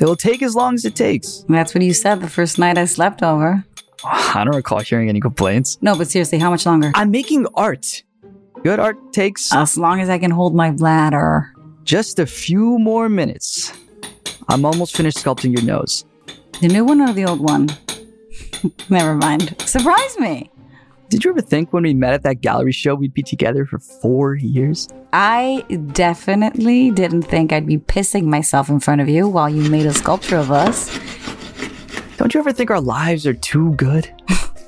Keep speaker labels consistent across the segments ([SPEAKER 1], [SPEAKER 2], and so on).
[SPEAKER 1] It will take as long as it takes.
[SPEAKER 2] That's what you said the first night I slept over.
[SPEAKER 3] I don't recall hearing any complaints.
[SPEAKER 2] No, but seriously, how much longer?
[SPEAKER 1] I'm making art. Good art takes
[SPEAKER 2] As long as I can hold my bladder.
[SPEAKER 1] just a few more minutes. I'm almost finished sculpting your nose.
[SPEAKER 2] The new one or the old one? Never mind. Surprise me.
[SPEAKER 1] Did you ever think when we met at that gallery show we'd be together for four years?
[SPEAKER 2] I definitely didn't think I'd be pissing myself in front of you while you made a sculpture of us.
[SPEAKER 1] Don't you ever think our lives are too good?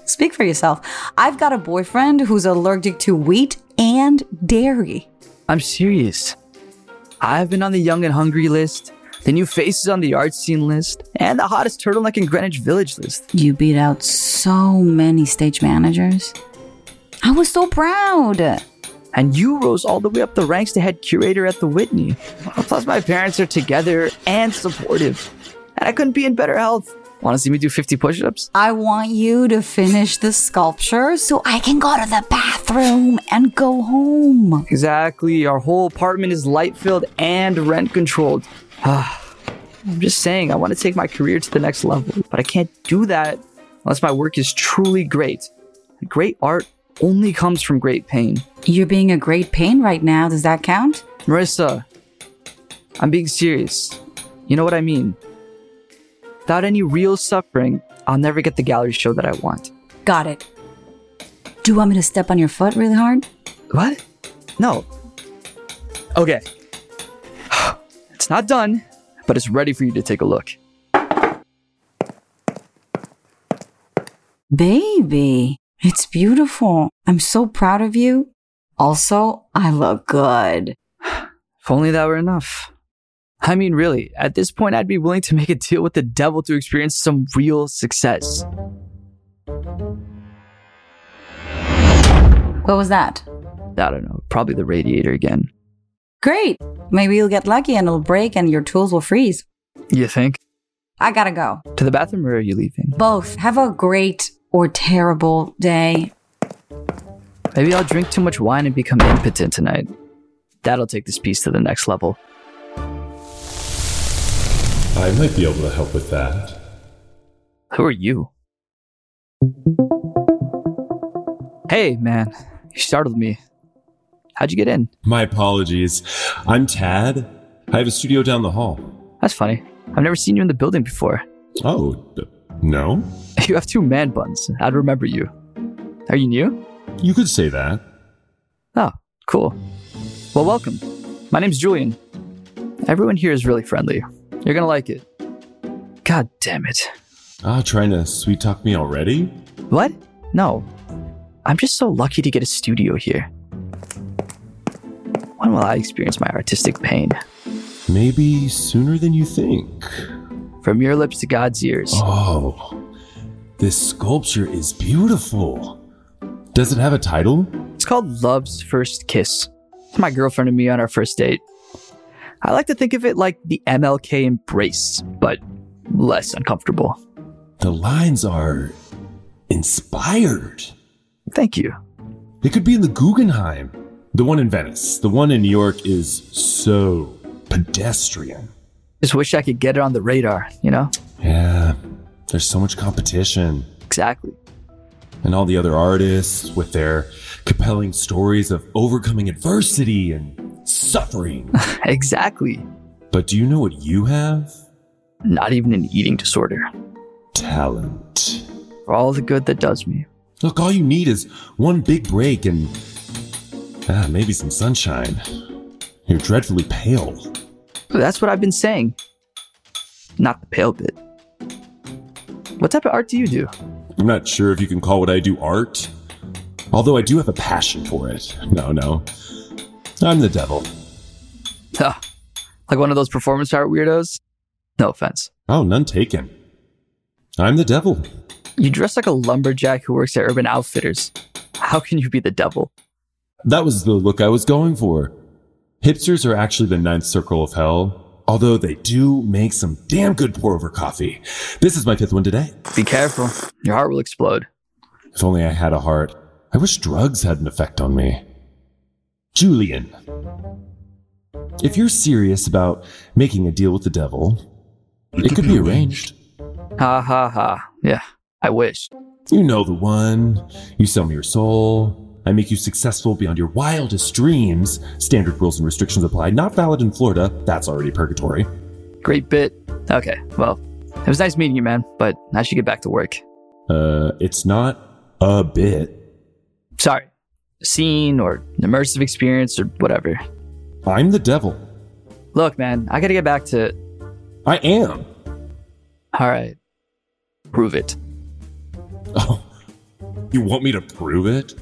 [SPEAKER 2] Speak for yourself. I've got a boyfriend who's allergic to wheat and dairy.
[SPEAKER 1] I'm serious. I've been on the young and hungry list, the new faces on the art scene list, and the hottest turtleneck in Greenwich Village list.
[SPEAKER 2] You beat out so many stage managers. I was so proud.
[SPEAKER 1] And you rose all the way up the ranks to head curator at the Whitney. Plus, my parents are together and supportive. And I couldn't be in better health. Want to see me do 50 push ups?
[SPEAKER 2] I want you to finish the sculpture so I can go to the bathroom and go home.
[SPEAKER 1] Exactly. Our whole apartment is light filled and rent controlled. I'm just saying, I want to take my career to the next level, but I can't do that unless my work is truly great. Great art only comes from great pain.
[SPEAKER 2] You're being a great pain right now. Does that count?
[SPEAKER 1] Marissa, I'm being serious. You know what I mean. Without any real suffering, I'll never get the gallery show that I want.
[SPEAKER 2] Got it. Do you want me to step on your foot really hard?
[SPEAKER 1] What? No. Okay. It's not done, but it's ready for you to take a look.
[SPEAKER 2] Baby, it's beautiful. I'm so proud of you. Also, I look good.
[SPEAKER 1] If only that were enough. I mean, really, at this point, I'd be willing to make a deal with the devil to experience some real success.
[SPEAKER 2] What was that?
[SPEAKER 1] I don't know, probably the radiator again.
[SPEAKER 2] Great. Maybe you'll get lucky and it'll break and your tools will freeze.
[SPEAKER 3] You think?
[SPEAKER 2] I gotta go.
[SPEAKER 1] To the bathroom, or are you leaving?
[SPEAKER 2] Both. Have a great or terrible day.
[SPEAKER 1] Maybe I'll drink too much wine and become impotent tonight. That'll take this piece to the next level.
[SPEAKER 4] I might be able to help with that.
[SPEAKER 1] Who are you? Hey, man, you startled me. How'd you get in?
[SPEAKER 4] My apologies. I'm Tad. I have a studio down the hall.
[SPEAKER 1] That's funny. I've never seen you in the building before.
[SPEAKER 4] Oh, d- no?
[SPEAKER 1] You have two man buns. I'd remember you. Are you new?
[SPEAKER 4] You could say that.
[SPEAKER 1] Oh, cool. Well, welcome. My name's Julian. Everyone here is really friendly. You're gonna like it. God damn it.
[SPEAKER 4] Ah, trying to sweet talk me already?
[SPEAKER 1] What? No. I'm just so lucky to get a studio here. When will I experience my artistic pain?
[SPEAKER 4] Maybe sooner than you think.
[SPEAKER 1] From your lips to God's ears.
[SPEAKER 4] Oh, this sculpture is beautiful. Does it have a title?
[SPEAKER 1] It's called Love's First Kiss. It's my girlfriend and me on our first date. I like to think of it like the MLK embrace, but less uncomfortable.
[SPEAKER 4] The lines are inspired.
[SPEAKER 1] Thank you.
[SPEAKER 4] It could be in the Guggenheim. The one in Venice. The one in New York is so pedestrian.
[SPEAKER 1] Just wish I could get it on the radar, you know?
[SPEAKER 4] Yeah, there's so much competition.
[SPEAKER 1] Exactly.
[SPEAKER 4] and all the other artists with their compelling stories of overcoming adversity and suffering.
[SPEAKER 1] Exactly.
[SPEAKER 4] but do you know what you have?
[SPEAKER 1] Not even an eating disorder.
[SPEAKER 4] Talent.
[SPEAKER 1] For all the good that does me.
[SPEAKER 4] Look, all you need is one big break and ah, maybe some sunshine. You're dreadfully pale.
[SPEAKER 1] That's what I've been saying. Not the pale bit. What type of art do you do?
[SPEAKER 4] I'm not sure if you can call what I do art, although I do have a passion for it. No, no. I'm the devil.
[SPEAKER 1] Huh. Like one of those performance art weirdos? No offense.
[SPEAKER 4] Oh, none taken. I'm the devil.
[SPEAKER 1] You dress like a lumberjack who works at Urban Outfitters. How can you be the devil?
[SPEAKER 4] That was the look I was going for. Hipsters are actually the ninth circle of hell, although they do make some damn good pour over coffee. This is my fifth one today.
[SPEAKER 1] Be careful. Your heart will explode.
[SPEAKER 4] If only I had a heart. I wish drugs had an effect on me. Julian, if you're serious about making a deal with the devil, it could be arranged.
[SPEAKER 1] Ha ha ha. Yeah, I wish.
[SPEAKER 4] You know the one. You sell me your soul. I make you successful beyond your wildest dreams. Standard rules and restrictions apply. Not valid in Florida. That's already purgatory.
[SPEAKER 1] Great bit. Okay, well, it was nice meeting you, man, but I should get back to work.
[SPEAKER 4] Uh, it's not a bit.
[SPEAKER 1] Sorry. Scene or an immersive experience or whatever.
[SPEAKER 4] I'm the devil.
[SPEAKER 1] Look, man, I gotta get back to.
[SPEAKER 4] I am.
[SPEAKER 1] Alright. Prove it.
[SPEAKER 4] Oh, you want me to prove it?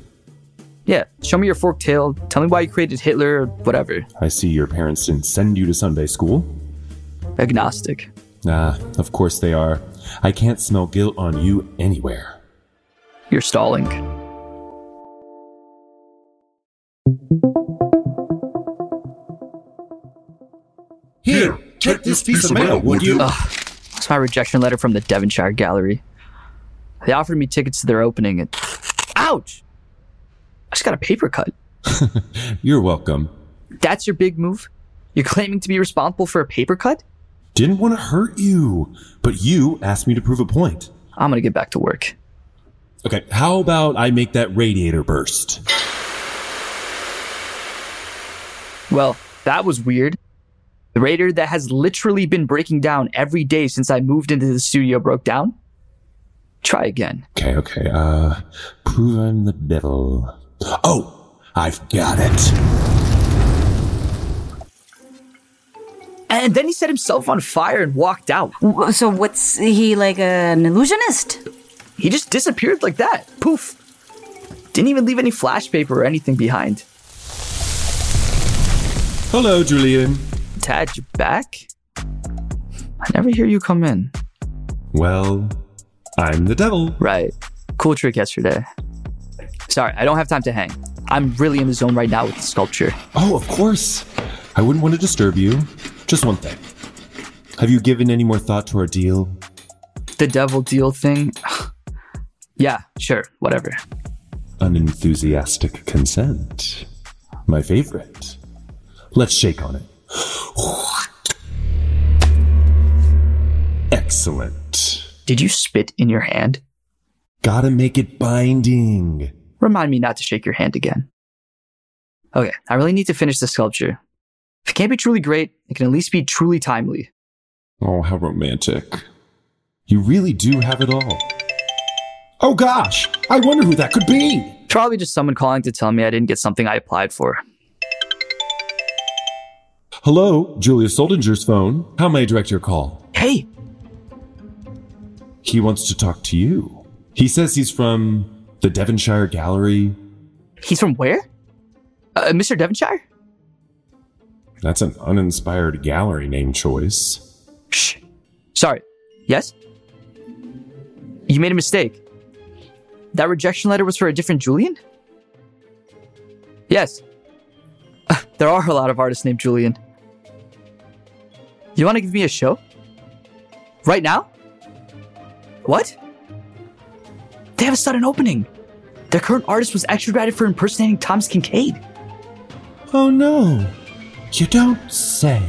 [SPEAKER 1] Yeah, show me your forked tail. Tell me why you created Hitler or whatever.
[SPEAKER 4] I see your parents didn't send you to Sunday school.
[SPEAKER 1] Agnostic.
[SPEAKER 4] Ah, of course they are. I can't smell guilt on you anywhere.
[SPEAKER 1] You're stalling.
[SPEAKER 5] Here, take this piece of mail, would you? Uh,
[SPEAKER 1] It's my rejection letter from the Devonshire Gallery. They offered me tickets to their opening and. Ouch! I just got a paper cut.
[SPEAKER 4] You're welcome.
[SPEAKER 1] That's your big move? You're claiming to be responsible for a paper cut?
[SPEAKER 4] Didn't want to hurt you, but you asked me to prove a point.
[SPEAKER 1] I'm gonna get back to work.
[SPEAKER 4] Okay, how about I make that radiator burst?
[SPEAKER 1] Well, that was weird. The radiator that has literally been breaking down every day since I moved into the studio broke down? Try again.
[SPEAKER 4] Okay, okay, uh, prove I'm the devil. Oh, I've got it.
[SPEAKER 1] And then he set himself on fire and walked out.
[SPEAKER 2] W- So what's he like an illusionist?
[SPEAKER 1] He just disappeared like that. Poof. Didn't even leave any flash paper or anything behind.
[SPEAKER 4] Hello, Julian.
[SPEAKER 1] Tad, you back? I never hear you come in.
[SPEAKER 4] Well, I'm the devil.
[SPEAKER 1] Right. Cool trick yesterday. Sorry, I don't have time to hang. I'm really in the zone right now with the sculpture.
[SPEAKER 4] Oh, of course. I wouldn't want to disturb you. Just one thing. Have you given any more thought to our deal?
[SPEAKER 1] The devil deal thing? yeah, sure, whatever.
[SPEAKER 4] Unenthusiastic consent. My favorite. Let's shake on it. Excellent.
[SPEAKER 1] Did you spit in your hand?
[SPEAKER 4] Gotta make it binding.
[SPEAKER 1] Remind me not to shake your hand again. Okay, I really need to finish the sculpture. If it can't be truly great, it can at least be truly timely.
[SPEAKER 4] Oh, how romantic. You really do have it all. Oh gosh, I wonder who that could be.
[SPEAKER 1] Probably just someone calling to tell me I didn't get something I applied for.
[SPEAKER 4] Hello, Julius Soldinger's phone. How may I direct your call?
[SPEAKER 1] Hey,
[SPEAKER 4] He wants to talk to you. He says he's from the Devonshire Gallery.
[SPEAKER 1] he's from where? Uh, Mr. Devonshire?
[SPEAKER 4] That's an uninspired gallery name choice.
[SPEAKER 1] Shh. Sorry. Yes? You made a mistake. That rejection letter was for a different Julian? Yes. Uh, There are a lot of artists named Julian. You want to give me a show? Right now? What? They have a sudden opening. Their current artist was extradited for impersonating Thomas Kincaid.
[SPEAKER 4] Oh no, you don't say.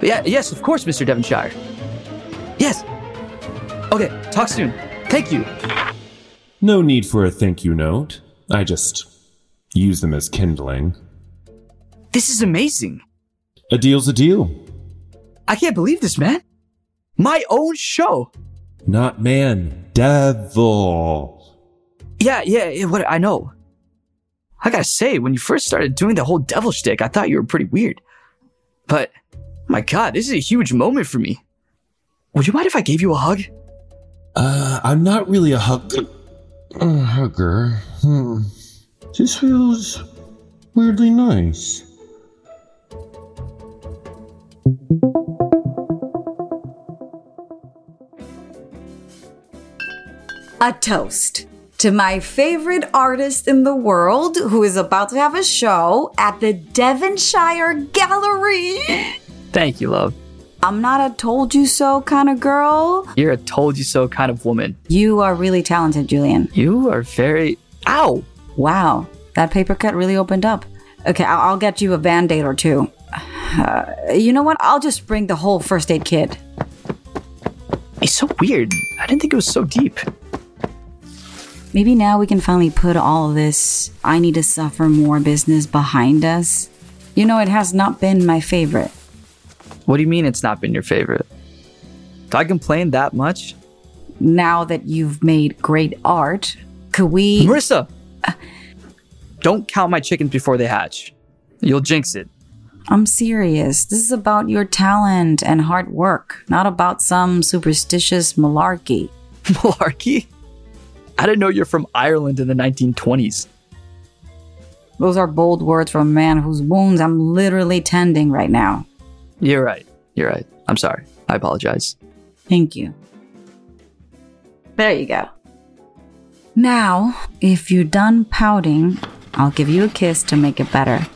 [SPEAKER 1] Yeah, yes, of course, Mr. Devonshire. Yes. Okay, talk soon. Thank you.
[SPEAKER 4] No need for a thank you note. I just use them as kindling.
[SPEAKER 1] This is amazing.
[SPEAKER 4] A deal's a deal.
[SPEAKER 1] I can't believe this, man. My own show.
[SPEAKER 4] Not man, devil.
[SPEAKER 1] Yeah, yeah, yeah, what I know. I gotta say, when you first started doing the whole devil shtick, I thought you were pretty weird. But my god, this is a huge moment for me. Would you mind if I gave you a hug?
[SPEAKER 4] Uh, I'm not really a hug. A hugger. Hmm. This feels weirdly nice.
[SPEAKER 2] a toast to my favorite artist in the world who is about to have a show at the Devonshire Gallery.
[SPEAKER 1] Thank you, love.
[SPEAKER 2] I'm not a told you so kind of girl.
[SPEAKER 1] You're a told you so kind of woman.
[SPEAKER 2] You are really talented, Julian.
[SPEAKER 1] You are very. Ow!
[SPEAKER 2] Wow, that paper cut really opened up. Okay, I- I'll get you a band aid or two. Uh, you know what? I'll just bring the whole first aid kit.
[SPEAKER 1] It's so weird. I didn't think it was so deep.
[SPEAKER 2] Maybe now we can finally put all this I need to suffer more business behind us. You know, it has not been my favorite.
[SPEAKER 1] What do you mean it's not been your favorite? Do I complain that much?
[SPEAKER 2] Now that you've made great art, could we?
[SPEAKER 1] Marissa! Don't count my chickens before they hatch. You'll jinx it.
[SPEAKER 2] I'm serious. This is about your talent and hard work, not about some superstitious malarkey.
[SPEAKER 1] Malarkey? I didn't know you're from Ireland in the 1920s.
[SPEAKER 2] Those are bold words from a man whose wounds I'm literally tending right now.
[SPEAKER 1] You're right. You're right. I'm sorry. I apologize.
[SPEAKER 2] Thank you. There you go. Now, if you're done pouting, I'll give you a kiss to make it better.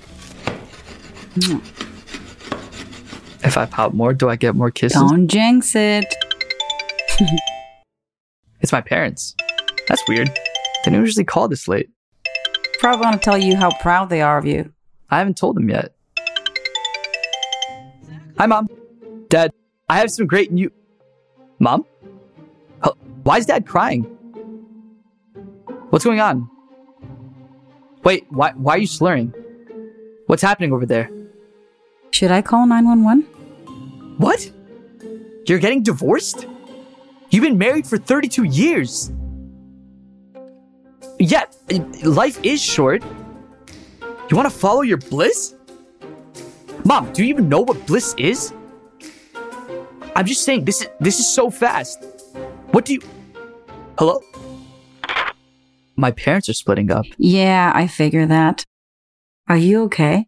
[SPEAKER 1] If I pout more, do I get more kisses?
[SPEAKER 2] Don't jinx it.
[SPEAKER 1] It's my parents. That's weird. They don't usually call this late.
[SPEAKER 2] Probably want to tell you how proud they are of you.
[SPEAKER 1] I haven't told them yet. Hi, Mom. Dad, I have some great new. Mom? Huh, Why is Dad crying? What's going on? Wait, why, why are you slurring? What's happening over there?
[SPEAKER 2] Should I call 911?
[SPEAKER 1] What? You're getting divorced? You've been married for 32 years. Yeah, i- life is short. You want to follow your bliss? Mom, do you even know what bliss is? I'm just saying this is this is so fast. What do you Hello? My parents are splitting up.
[SPEAKER 2] Yeah, I figure that. Are you okay?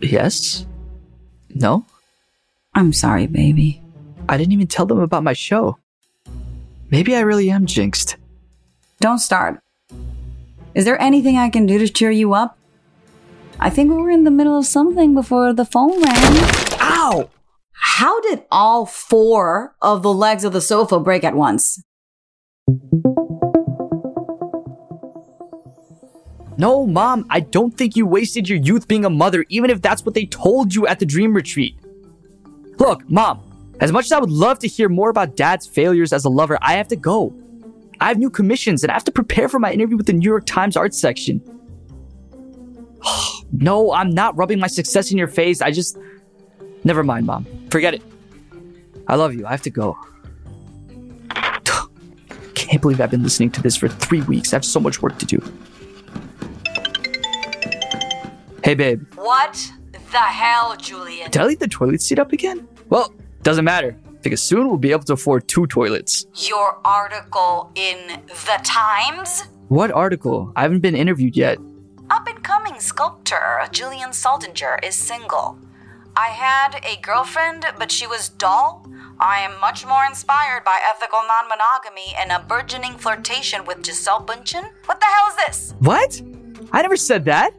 [SPEAKER 1] Yes? No?
[SPEAKER 2] I'm sorry, baby.
[SPEAKER 1] I didn't even tell them about my show. Maybe I really am jinxed.
[SPEAKER 2] Don't start. Is there anything I can do to cheer you up? I think we were in the middle of something before the phone rang.
[SPEAKER 1] Ow!
[SPEAKER 2] How did all four of the legs of the sofa break at once?
[SPEAKER 1] No, mom, I don't think you wasted your youth being a mother, even if that's what they told you at the dream retreat. Look, mom, as much as I would love to hear more about dad's failures as a lover, I have to go. I have new commissions and I have to prepare for my interview with the New York Times arts section. no, I'm not rubbing my success in your face. I just. Never mind, mom. Forget it. I love you. I have to go. Can't believe I've been listening to this for three weeks. I have so much work to do. Hey, babe.
[SPEAKER 2] What the hell, Julian?
[SPEAKER 1] Did I leave the toilet seat up again? Well, doesn't matter, because soon we'll be able to afford two toilets.
[SPEAKER 2] Your article in The Times?
[SPEAKER 1] What article? I haven't been interviewed yet.
[SPEAKER 2] Up and coming sculptor Julian Saldinger is single. I had a girlfriend, but she was dull. I am much more inspired by ethical non monogamy and a burgeoning flirtation with Giselle Bundchen. What the hell is this?
[SPEAKER 1] What? I never said that.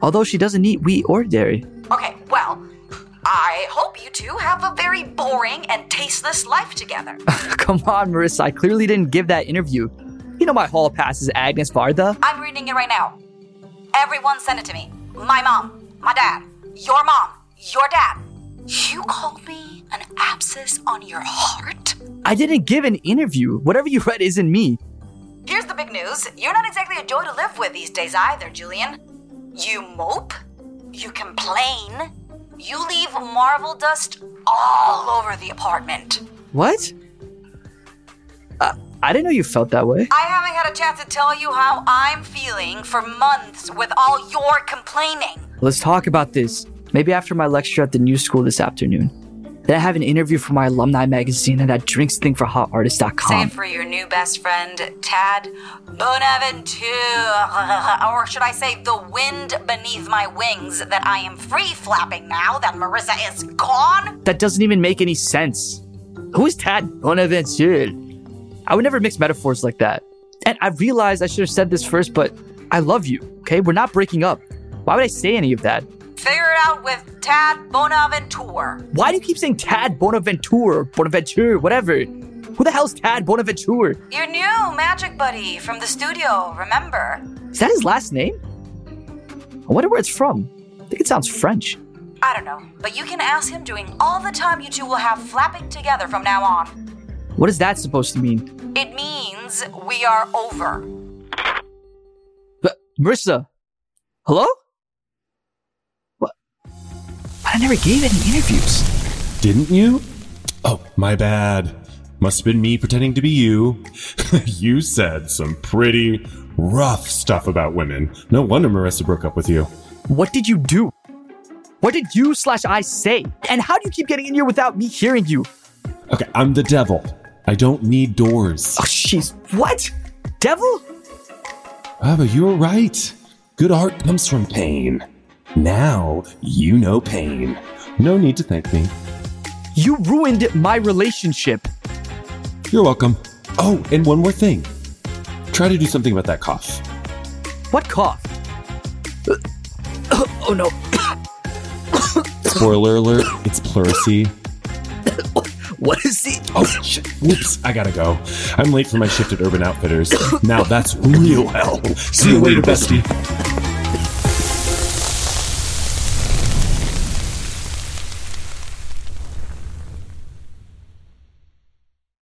[SPEAKER 1] Although she doesn't eat wheat or dairy.
[SPEAKER 2] Okay, well, I hope you two have a very boring and tasteless life together.
[SPEAKER 1] Come on, Marissa, I clearly didn't give that interview. You know my hall pass is Agnes Varda.
[SPEAKER 2] I'm reading it right now. Everyone send it to me. My mom, my dad, your mom, your dad. You called me an abscess on your heart?
[SPEAKER 1] I didn't give an interview. Whatever you read isn't me.
[SPEAKER 2] Here's the big news you're not exactly a joy to live with these days either, Julian. You mope, you complain, you leave marvel dust all over the apartment.
[SPEAKER 1] What? Uh, I didn't know you felt that way.
[SPEAKER 2] I haven't had a chance to tell you how I'm feeling for months with all your complaining.
[SPEAKER 1] Let's talk about this. Maybe after my lecture at the new school this afternoon. Then I have an interview for my alumni magazine and that drinks thing for hotartist.com.
[SPEAKER 2] Save for your new best friend, Tad Bonaventure. Or should I say, the wind beneath my wings that I am free flapping now that Marissa is gone?
[SPEAKER 1] That doesn't even make any sense. Who is Tad Bonaventure? I would never mix metaphors like that. And I realized I should have said this first, but I love you, okay? We're not breaking up. Why would I say any of that?
[SPEAKER 2] Figure it out with Tad Bonaventure.
[SPEAKER 1] Why do you keep saying Tad Bonaventure, Bonaventure, whatever? Who the hell's Tad Bonaventure?
[SPEAKER 2] Your new magic buddy from the studio, remember?
[SPEAKER 1] Is that his last name? I wonder where it's from. I think it sounds French.
[SPEAKER 2] I don't know, but you can ask him during all the time you two will have flapping together from now on.
[SPEAKER 1] What is that supposed to mean?
[SPEAKER 2] It means we are over.
[SPEAKER 1] But Marissa, hello? What? But I never gave any interviews.
[SPEAKER 4] Didn't you? Oh, my bad. Must have been me pretending to be you. you said some pretty rough stuff about women. No wonder Marissa broke up with you.
[SPEAKER 1] What did you do? What did you slash I say? And how do you keep getting in here without me hearing you?
[SPEAKER 4] Okay, I'm the devil. I don't need doors.
[SPEAKER 1] Oh, jeez. What? Devil?
[SPEAKER 4] Ah, but you were right. Good art comes from pain. Now you know pain. No need to thank me.
[SPEAKER 1] You ruined my relationship.
[SPEAKER 4] You're welcome. Oh, and one more thing. Try to do something about that cough.
[SPEAKER 1] What cough? Oh, no.
[SPEAKER 4] Spoiler alert, it's pleurisy.
[SPEAKER 1] What is he?
[SPEAKER 4] Oh, shit. Whoops, I gotta go. I'm late for my shift at Urban Outfitters. Now that's real hell. See you later, bestie.